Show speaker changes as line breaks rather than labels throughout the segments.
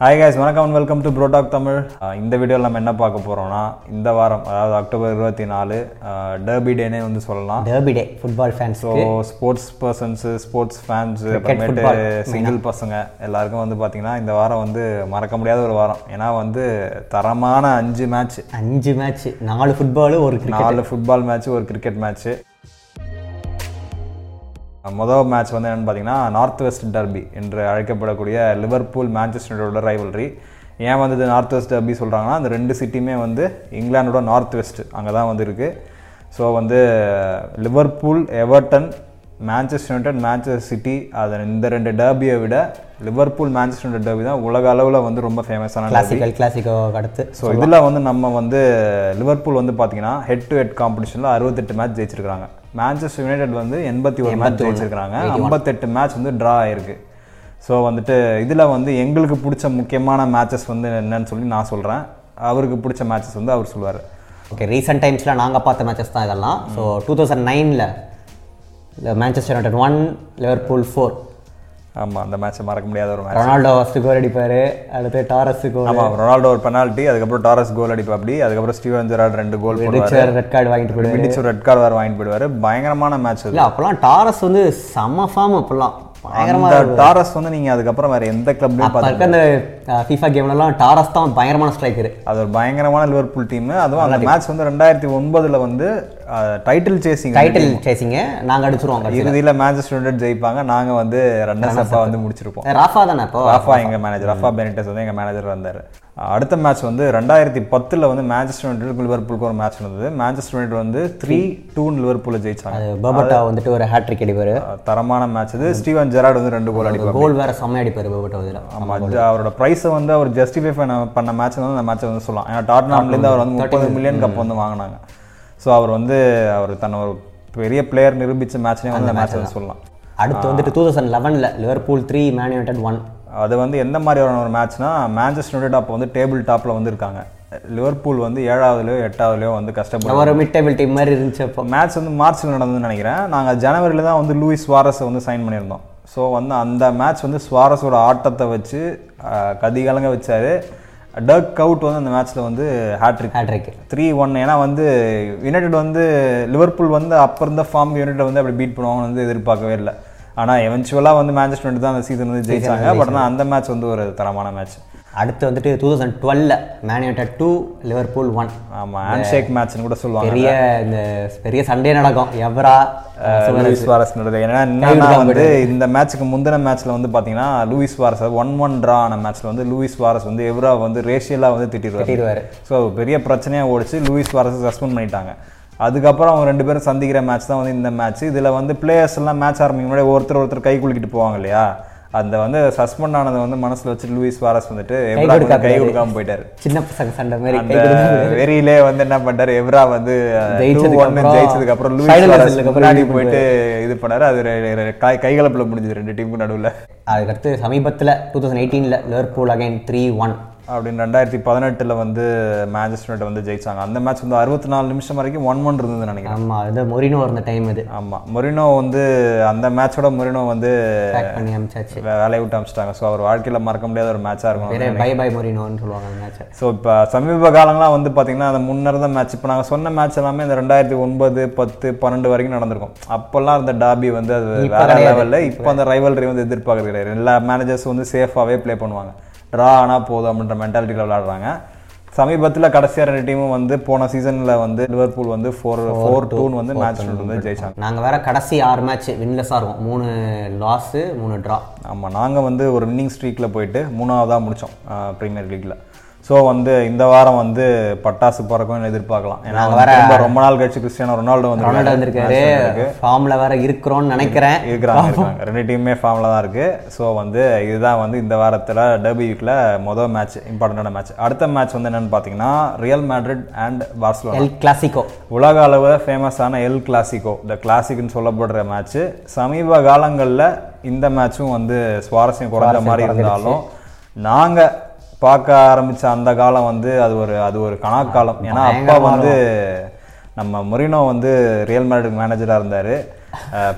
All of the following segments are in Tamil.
ஹாய் guys வணக்கம் அண்ட் வெல்கம் டு ப்ரோடாக் தமிழ் அஹ் இந்த வீடியோவில் நம்ம என்ன பார்க்க போகிறோம்னா இந்த வாரம் அதாவது அக்டோபர் இருபத்தி நாலு டர்பி டேனே வந்து சொல்லலாம்
derby day football fans
so sports persons sports fans அப்புறமேட்டு சிங்கிள் பசங்க எல்லாருக்கும் வந்து பார்த்தீங்கன்னா இந்த வாரம் வந்து மறக்க முடியாத ஒரு வாரம் ஏன்னா வந்து தரமான அஞ்சு மேட்ச்
அஞ்சு மேட்ச் நாலு ஃபுட்பாலு ஒரு கிரிக்கெட்
நாலு ஃபுட்பால் மேட்ச் ஒரு கிரிக்கெட் மேட்ச் முதல் மேட்ச் வந்து என்னன்னு பார்த்தீங்கன்னா நார்த் வெஸ்ட் டர்பி என்று அழைக்கப்படக்கூடிய லிவர்பூல் மேன்செஸ்டரோட ரைவல்ரி ஏன் வந்து இது நார்த் வெஸ்ட் டர்பி சொல்கிறாங்கன்னா அந்த ரெண்டு சிட்டியுமே வந்து இங்கிலாண்டோட நார்த் வெஸ்ட் அங்கே தான் வந்து இருக்குது ஸோ வந்து Liverpool Everton Manchester United Manchester City அது இந்த ரெண்டு டர்பியை விட லிவர்பூல் மேன்செஸ்டர் யுனைடெட் டர்பி தான் உலக அளவில் வந்து ரொம்ப ஃபேமஸான derby.
கிளாசிக்கல் கிளாசிக்கோ அடுத்து
ஸோ இதில் வந்து நம்ம வந்து லிவர்பூல் வந்து பார்த்தீங்கன்னா ஹெட் டு ஹெட் காம்படிஷனில் அறுபத்தெட்டு மேட்ச் ஜெயிச்சிருக்காங்க மேன்செஸ்டர் யுனைடெட் வந்து எண்பத்தி ஒரு மேட்ச் ஜெயிச்சிருக்காங்க ஐம்பத்தெட்டு மேட்ச் வந்து ட்ரா ஆயிருக்கு ஸோ வந்துட்டு இதில் வந்து எங்களுக்கு பிடிச்ச முக்கியமான மேட்சஸ் வந்து என்னன்னு சொல்லி நான் சொல்கிறேன் அவருக்கு பிடிச்ச மேட்சஸ் வந்து அவர் சொல்லுவார்
ஓகே ரீசெண்ட் டைம்ஸில் நாங்கள் பார்த்த மேட்சஸ் தான் இதெல்லாம் ஸோ டூ தௌசண்ட் நைனில் Manchester United one Liverpool four
ஆமாம் அந்த மேட்ச்சை மறக்க முடியாத ஒரு மேட்ச்
ரொனால்டோ ஃபஸ்ட்டு கோல் அடிப்பார் அடுத்து டாரஸு கோல்
ஆமாம் ரொனால்டோ ஒரு பெனால்ட்டி அதுக்கப்புறம் டாரஸ் கோல் அடிப்பாப்படி அதுக்கப்புறம் ஸ்டீவன் ஜெரார்ட் ரெண்டு கோல் போடுவார்
ரெட் கார்டு வாங்கிட்டு போயிடுவார்
மிடிச்சு ரெட் கார்டு வேறு வாங்கிட்டு போயிடுவார் பயங்கரமான மேட்ச் அது
இல்லை அப்போல்லாம் டாரஸ் வந்து செம ஃபார்ம் அப்போல்லாம் பயங்கரமாக
அந்த டாரஸ் வந்து நீங்கள் அதுக்கப்புறம் வேறு எந்த கிளப்லையும்
அப்போ இருக்க அந்த ஃபீஃபா கேம்லலாம் டாரஸ் தான் பயங்கரமான ஸ்ட்ரைக்கர்
அது ஒரு பயங்கரமான லிவர்பூல் டீம் அதுவும் அந்த மேட்ச் வந்து ரெண்டாயிரத்தி ஒன்பதுல வந்து டைட்டில் சேசிங்
டைட்டில் சேசிங்க நாங்கள் அடிச்சிருவாங்க
இறுதியில மேன்செஸ்டர் யுனைடெட் ஜெயிப்பாங்க நாங்க வந்து ரன்னர்ஸ் அப்பா வந்து முடிச்சிருப்போம்
ராஃபா தானே இப்போ
ராஃபா எங்க மேனேஜர் ரஃபா பெனிட்டஸ் வந்து எங்க மேனேஜர் வந்தாரு அடுத்த மேட்ச் வந்து ரெண்டாயிரத்தி பத்துல வந்து மேன்செஸ்டர் யுனைடெட் லிவர்பூலுக்கு ஒரு மேட்ச் நடந்தது மேன்செஸ்டர் யுனைடெட் வந்து த்ரீ டூன் லிவர்பூல ஜெயிச்சாங்க
அது பபட்டா வந்துட்டு ஒரு ஹேட்ரிக் அடிப்பார்
தரமான மேட்ச் இது ஸ்டீவன் ஜெரார்ட் வந்து ரெண்டு கோல் அடிப்பாங்க
கோல் வேற செம்மையா அடிப்பார் பபட்டா இதில்
ஆமா, அது அவரோட ப்ரைஸை வந்து அவர் ஜஸ்டிஃபை பண்ண பண்ண மேட்ச் வந்து அந்த மேட்ச்சை வந்து சொல்லலாம் ஏன்னா டாட்னாம்லேருந்து அவர் வந்து முப்பது மில்லியன் கப் வந்து வாங்கினாங்க ஸோ அவர் வந்து அவர் தன்னை ஒரு பெரிய பிளேயர் நிரூபித்த மேட்ச்னே வந்து அந்த மேட்ச் வந்து சொல்லலாம்
அடுத்து வந்துட்டு டூ தௌசண்ட் லெவனில் Liverpool three man united one
அது வந்து எந்த மாதிரியான ஒரு மேட்ச்னா மேன்செஸ்டர் யுனைடெட் அப்போ வந்து டேபிள் டாப்பில் வந்து இருக்காங்க லிவர்பூல் வந்து ஏழாவதுலையோ எட்டாவதுலையோ வந்து கஷ்டப்படும்
ஒரு மிட் டேபிள் டீம் மாதிரி இருந்துச்சு அப்போ
மேட்ச் வந்து மார்ச்சில் நடந்ததுன்னு நினைக்கிறேன் நாங்கள் ஜனவரியில் தான் வந்து லூயிஸ் சுவாரஸை வந்து சைன் பண்ணியிருந்தோம் ஸோ வந்து அந்த மேட்ச் வந்து சுவாரஸோட ஆட்டத்தை வச்சு அஹ், கதிகலங்க வச்சாரு டர்க் கவுட் வந்து அந்த மேட்ச்சில் வந்து ஹேட்ரிக்
ஹேட்ரிக்
த்ரீ ஒன் ஏன்னா வந்து யுனைடெட் வந்து லிவர்பூல் வந்து அப்போ இருந்த ஃபார்ம் யுனைடெட் வந்து அப்படி பீட் பண்ணுவாங்கன்னு வந்து எதிர்பார்க்கவே இல்லை ஆனால் எவென்ச்சுவலாக வந்து மேன்செஸ்டர் யுனைடெட் தான் அந்த சீசன் வந்து ஜெயிச்சாங்க பட் ஆனால் அந்த மேட்ச் வந்து ஒரு தரமான மேட்ச்
அடுத்து வந்துட்டு டூ தௌசண்ட் டுவெல்ல man United two Liverpool one
ஆமாம் ஹேண்ட் ஷேக் மேட்ச்னு கூட சொல்லுவாங்க
பெரிய இந்த பெரிய சண்டே நடக்கும் எவரா
லூயிஸ் சுவாரஸ் நடந்தது ஏன்னா என்னன்னா வந்து இந்த மேட்ச்சுக்கு முந்தின மேட்ச்ல வந்து பாத்தீங்கன்னா Luis Suarez one one draw ஆன மேட்ச்ல வந்து லூயிஸ் சுவாரஸ் வந்து எவ்ரா வந்து ரேஷியலா வந்து திட்டிருவாரு
திட்டிருவாரு.
ஸோ பெரிய பிரச்சனையா ஓடிச்சு லூயிஸ் சுவாரஸை சஸ்பெண்ட் பண்ணிட்டாங்க அதுக்கப்புறம் அவங்க ரெண்டு பேரும் சந்திக்கிற மேட்ச் தான் வந்து இந்த மேட்ச் இதுல வந்து பிளேயர்ஸ் எல்லாம் மேட்ச் ஆரம்பிக்கும் முன்னாடி ஒருத்தர் ஒருத்தர் கை குலுக்கிட்டு போவாங்க இல்லையா அந்த வந்து சஸ்பெண்ட் ஆனதை வந்து மனசுல வச்சு லூயிஸ் சுவாரஸ் வந்துட்டு எவ்ரா வந்து கை கொடுக்காம போயிட்டாரு
சின்ன பசங்க சண்டை மாதிரி
அந்த வெறியிலே வந்து என்ன பண்றாரு எவ்ரா வந்து
ஜெயிச்சதுக்கு
ஜெயிச்சதுக்கு அப்புறம் ஜெயிச்சதுக்கு அப்புறம்
அப்புறம்
லூயிஸ்
final
சுவாரஸ்
whistle க்கு அப்புறம்
முன்னாடி போயிட்டு இது பண்ணாரு அது ரெ- ரெ- ரெ- கை- கைகலப்புல முடிஞ்சது ரெண்டு டீமுக்கு நடுவுல
அதுக்கடுத்து சமீபத்தில் டூ தௌசண்ட் எயிட்டீனில் லிவர்பூல் அகைன் த்ரீ ஒன்
அப்படின்னு ரெண்டாயிரத்தி பதினெட்டுல வந்து மேன்செஸ்டர் யுனைட்டட் வந்து ஜெயிச்சாங்க அந்த மேட்ச் வந்து அறுபத்தி நாலு நிமிஷம் வரைக்கும் ஒன் ஒன் இருந்ததுன்னு நினைக்கிறேன்
ஆமாம் அது மொரினோ இருந்த டைம் இது
ஆமா மொரினோ வந்து அந்த மேட்சோட மொரினோ வந்து
பேக் பண்ணி அமிச்சாச்சு
வே- வேலையை விட்டு அமைச்சிட்டாங்க ஸோ அவர் வாழ்க்கையில மறக்க முடியாத ஒரு மேட்சா இருக்கும்
வேற பை பை மொரினோன்னு சொல்லுவாங்க அந்த மேட்சை
ஸோ இப்போ சமீப காலங்களாக வந்து பார்த்தீங்கன்னா அந்த முன்னர் தான் மேட்ச் இப்போ நாங்கள் சொன்ன மேட்ச் எல்லாமே இந்த ரெண்டாயிரத்தி ஒன்பது பத்து பன்னெண்டு வரைக்கும் நடந்திருக்கும் அப்போல்லாம் அந்த டாபி வந்து அது வேற லெவலில் இப்போ அந்த ரைவல்ரி வந்து எதிர்பார்க்கறது கிடையாது எல்லா மேனேஜர்ஸும் வந்து சேஃபாகவே ப்ளே பண்ணுவாங்க ட்ரா ஆனால் போதும் அப்படின்ற மென்டாலிட்டியில் விளையாடுறாங்க சமீபத்தில் கடைசியாக ரெண்டு டீமும் வந்து போன சீசனில் வந்து லிவர்பூல் வந்து ஃபோர் ஃபோர் டூன்னு வந்து மேட்ச் வந்து ஜெயிச்சாங்க
நாங்கள் வேற கடைசி ஆறு மேட்ச் வின்லெஸ்ஸாக இருக்கும் மூணு லாஸு மூணு ட்ரா
ஆமாம் நாங்கள் வந்து ஒரு வின்னிங் ஸ்ட்ரீக்கில் போயிட்டு மூணாவதாக முடித்தோம் ப்ரீமியர் லீக்கில் ஸோ வந்து இந்த வாரம் வந்து பட்டாசு பறக்கும்னு எதிர்பார்க்கலாம் ஏன்னா ரொம்ப ரொம்ப நாள் கழிச்சு கிறிஸ்டியானோ ரொனால்டோ வந்து
ரொனால்டோ வந்திருக்காரு ஃபார்மில் வேற இருக்கிறோம்னு நினைக்கிறேன்
இருக்கிறாங்க இருக்காங்க ரெண்டு டீமுமே ஃபார்மில் தான் இருக்குது ஸோ வந்து இதுதான் வந்து இந்த வாரத்தில் டர்பி வீக்கில் மொதல் மேட்ச் இம்பார்ட்டண்டான மேட்ச் அடுத்த மேட்ச் வந்து என்னென்னு பார்த்தீங்கன்னா Real Madrid and Barcelona
El Clasico
உலக அளவில் ஃபேமஸான எல் கிளாசிக்கோ த கிளாசிக்னு சொல்லப்படுற மேட்ச்சு சமீப காலங்களில் இந்த மேட்ச்சும் வந்து சுவாரஸ்யம் குறைஞ்ச மாதிரி இருந்தாலும் நாங்கள் பார்க்க ஆரம்பிச்ச அந்த காலம் வந்து அது ஒரு அது ஒரு கணக்காலம் ஏன்னா அப்பா வந்து நம்ம மொரினோ வந்து ரியல் மேட்ரிட் மேனேஜராக இருந்தார்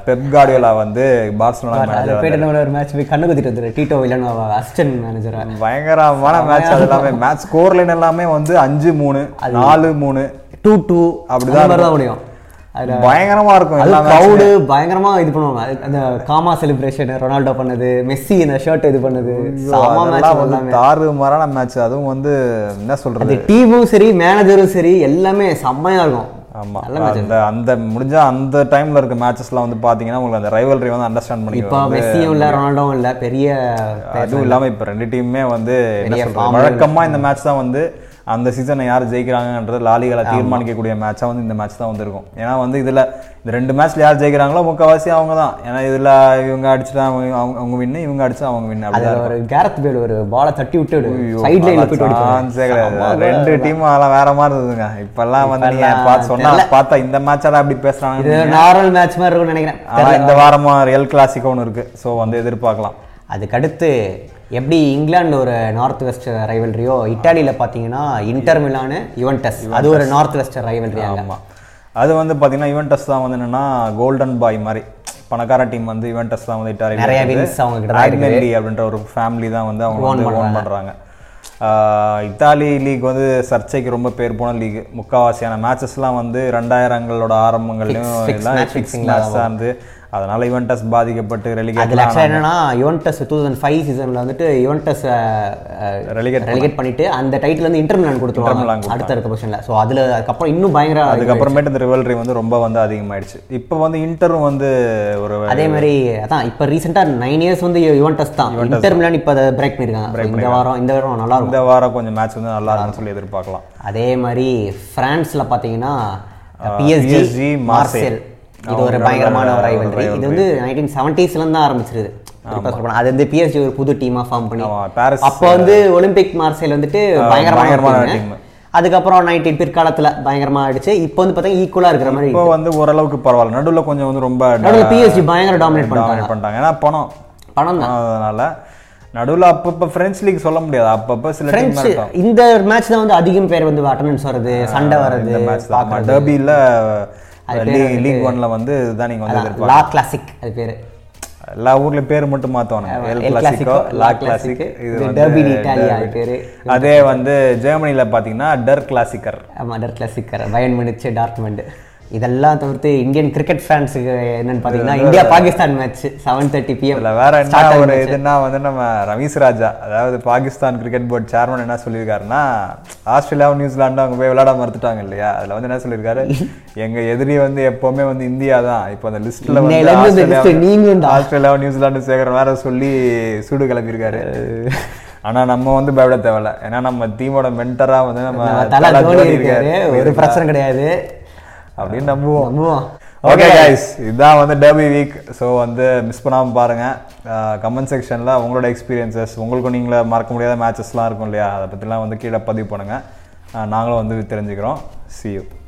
பெப் கார்டியோலா வந்து பார்சலோனா
அது
மேனேஜர்
போயிட்டு என்ன ஒரு மேட்ச் போய் கண்ணு குத்திட்டு வந்துரு டீட்டோ இல்லைன்னு அசிஸ்டன்ட் மேனேஜரா
பயங்கரமான மேட்ச் அது எல்லாமே மேட்ச் ஸ்கோர் லைன் எல்லாமே வந்து அஞ்சு மூணு நாலு மூணு
டூ டூ
அப்படிதான்
அப்படிதான் தான் முடியும் அது
பயங்கரமா இருக்கும்
அது
எல்லாமே
க்ரௌடு பயங்கரமா இது பண்ணுவாங்க அது- அந்த காமா செலிப்ரேஷன் ரொனால்டோ பண்ணது மெஸ்ஸி இந்த ஷர்ட் இது பண்ணது சாமா
அதெல்லாம்
மேட்ச்
வந்து தாறுமாறான மேட்ச் அதுவும் வந்து என்ன சொல்றது
அது டீமும் சரி மேனேஜரும் சரி எல்லாமே செம்மையா இருக்கும்
ஆமா அந்த அந்த முடிஞ்சா அந்த டைம்ல இருக்க மேட்சஸ்லாம் வந்து பாத்தீங்கன்னா உங்களுக்கு அந்த ரைவல்ரி வந்து அண்டர்ஸ்டாண்ட்
இப்போ
பண்ணிக்கலாம்
மெஸ்ஸியும் இல்ல ரொனால்டோவும் இல்ல பெரிய
அதுவும் இல்லாம இப்ப ரெண்டு டீமுமே வந்து என்ன சொல்றது வழக்கமா இந்த மேட்ச் தான் வந்து அந்த சீசனை யார் ஜெயிக்கிறாங்கன்றது லாலிகளை தீர்மானிக்கக்கூடிய மேட்சா வந்து இந்த மேட்ச் தான் வந்திருக்கும் ஏன்னா வந்து இதுல இந்த ரெண்டு மேட்ச்ல யார் ஜெயிக்கிறாங்களோ முக்கால்வாசி அவங்க தான் ஏன்னா இதுல இவங்க அடிச்சுட்டா அவங்க அவங்க- அவங்க வின்னு இவங்க அடிச்சா அவங்க வின்னு அப்படி
அதுல ஒரு கேரத் பேல் ஒரு பாலை தட்டி விட்டு சைட் லைன்ல போயிட்டு அடிப்பான்.
சான்ஸே கிடையாது ரெண்டு டீம் அதெல்லாம் வேற மாதிரி இருந்ததுங்க இப்பெல்லாம் வந்து நீங்க பார்த்து சொன்னா பார்த்தா இந்த மேட்சால அப்படி
இது
பேசுறாங்க
நார்மல் மேட்ச் மாதிரி இருக்கும்னு நினைக்கிறேன்
ஆனா இந்த வாரமா ரியல் கிளாசிக்கோ ஒன்று இருக்கு ஸோ வந்து எதிர்பார்க்கலாம்
அதுக்கடுத்து எப்படி இங்கிலாந்து ஒரு நார்த் வெஸ்ட் ரைவல்ரியோ இட்டாலியில பாத்தீங்கன்னா இன்டர் மிலானு யுவன்டஸ் அது ஒரு நார்த் வெஸ்ட் ரைவல்ரி ஆகும்
ஆமாம் அது வந்து பார்த்தீங்கன்னா யுவென்டஸ் தான் வந்து என்னன்னா கோல்டன் பாய் மாதிரி பணக்கார டீம் வந்து யுவென்டஸ் தான் வந்து இட்டாலி
நிறைய வின்ஸ் அவங்க கிட்ட தான் இருக்கு
ஆக்னெல்லி அப்படின்ற ஒரு ஃபேமிலி தான் வந்து அவங்க வந்து ஓன் பண்ணுறாங்க இத்தாலி லீக் வந்து சர்ச்சைக்கு ரொம்ப பேர் போன லீக் முக்காவாசியான மேட்சஸ்லாம் வந்து ரெண்டாயிரங்களோட ஆரம்பங்கள்லையும் எல்லாம் ஃபிக்ஸ் மேட்ச் தான் இருந்து அதனால யுவென்டஸ் பாதிக்கப்பட்டு
அதுல
ரெலிகேட்
ஆக்சுவலாக என்னன்னா யுவன்டஸ் டூ தௌசண்ட் ஃபைவ் சீசன்ல வந்துட்டு யுவன்டஸ்
ரெலிகேட்
ரெலிகேட் பண்ணிட்டு அந்த டைட்டில் வந்து இன்டர் மிலான் கொடுத்துருவாங்க அடுத்த இருக்க பொசிஷன்ல ஸோ அதுல அதுக்கப்புறம் இன்னும் பயங்கர
அதுக்கப்புறமேட்டு இந்த ரிவல்ரி வந்து ரொம்ப வந்து அதிகமாயிடுச்சு இப்போ வந்து இன்டரும் வந்து ஒரு
அதே மாதிரி அதான் இப்போ ரீசெண்டாக நைன் இயர்ஸ் வந்து யுவன்டஸ் தான் இன்டர் மிலான் இப்போ அதை பிரேக் பண்ணியிருக்காங்க So, இந்த வாரம் இந்த வாரம் நல்லா இருக்கும்
இந்த வாரம் கொஞ்சம் மேட்ச் வந்து நல்லா இருக்கும்னு சொல்லி எதிர்பார்க்கலாம்
அதே மாதிரி பிரான்ஸ்ல பார்த்தீங்கன்னா பிஎஸ்ஜி
PSG,
மார்செல் இது ஒரு பயங்கரமான ஒரு rivalry இது வந்து நைன்டீன் செவன்டீஸ்லேருந்து தான் ஆரம்பிச்சிருது குறிப்பா சொல்லப்போனா. அது வந்து பிஎஸ்ஜி ஒரு புது டீமா ஃபார்ம் பண்ணி
ஆமா, பாரிஸ்
அப்போ வந்து ஒலிம்பிக் மார்செல் வந்துட்டு பயங்கரமான
பயங்கரமான
ஒரு
team.
team. அதுக்கப்புறம் நைன்டீன் பிற்காலத்துல பயங்கரமா அடிச்சு இப்போ வந்து பார்த்தா ஈக்குவலா இருக்கிற மாதிரி
இப்போ வந்து ஓரளவுக்கு பரவாயில்ல நடுவுல கொஞ்சம் வந்து ரொம்ப
நடுவில் பிஎஸ்ஜி பயங்கர டாமினேட் பண்ணாங்க
டாமினேட் பண்ணிட்டாங்க ஏன்னா பணம்
பணம்
பணம் அதனால நடுவுல அப்பப்போ ஃப்ரெண்ட்ஸ் லீக் சொல்ல முடியாது அப்பப்போ சில டீம்
ஃப்ரெண்ட்ஸ் இந்த மேட்ச் தான் வந்து அதிகம் பேர் வந்து அட்டண்டன்ஸ் வர்றது சண்டை வர்றது
இருக்கும் டர்பியில் லீக் ஒன்ல வந்து இதுதான் நீங்க வந்து எதிர்பார்க்கலாம்
லா கிளாசிக் அது பேரு
எல்லா ஊர்லயும் பேர் மட்டும் மாத்துவானுங்க El
El Clasico,
Clasico
La
La
Clasic,
classic
இது
இது
Derby
வந்து
de Italia அது பேரு.
அதே வந்து ஜெர்மனில பாத்தீங்கன்னா டர் கிளாசிக்கர்
ஆமா டர் கிளாசிக்கர் பயன் மினிச்சு டார்க்மெண்ட் இதெல்லாம் தவிர்த்து இந்தியன் கிரிக்கெட் ஃபேன்ஸுக்கு என்னன்னு பார்த்தீங்கன்னா India Pakistan match seven thirty PM
இதுல வேற என்ன ஒரு இதுன்னா வந்து நம்ம ரமீஸ் ராஜா அதாவது பாகிஸ்தான் கிரிக்கெட் போர்டு சேர்மன் என்ன சொல்லியிருக்காருன்னா ஆஸ்திரேலியாவும் நியூசிலாண்டும் அவங்க போய் விளையாட மறுத்துட்டாங்க இல்லையா அதுல வந்து என்ன சொல்லியிருக்காரு எங்க எதிரி வந்து எப்பவுமே வந்து இந்தியா தான் இப்போ அந்த லிஸ்ட்ல வந்து
இன்னையில இருந்து இந்த list
ஆஸ்திரேலியாவும்
நீங்களும் தான்.
ஆஸ்திரேலியாவும் நியூசிலாண்டும் சேர்க்கிற வேற சொல்லி சூடு கிளப்பியிருக்காரு ஆனா நம்ம வந்து பயப்பட தேவையில்ல ஏன்னா நம்ம டீமோட மென்டரா வந்து நம்ம
தலை
தல
தோனி இருக்காரு ஒரு பிரச்சனை கிடையாது
அப்படின்னு நம்புவோம்
நம்புவோம்
ஓகே கைஸ் இதுதான் வந்து டர்பி வீக் ஸோ வந்து மிஸ் பண்ணாமல் பாருங்கள் கமெண்ட் செக்ஷனில் உங்களோட எக்ஸ்பீரியன்சஸ் உங்களுக்கும் நீங்களே மறக்க முடியாத மேட்சஸ்லாம் இருக்கும் இல்லையா அதை பற்றிலாம் வந்து கீழே பதிவு பண்ணுங்கள் நாங்களும் வந்து தெரிஞ்சுக்கிறோம் see you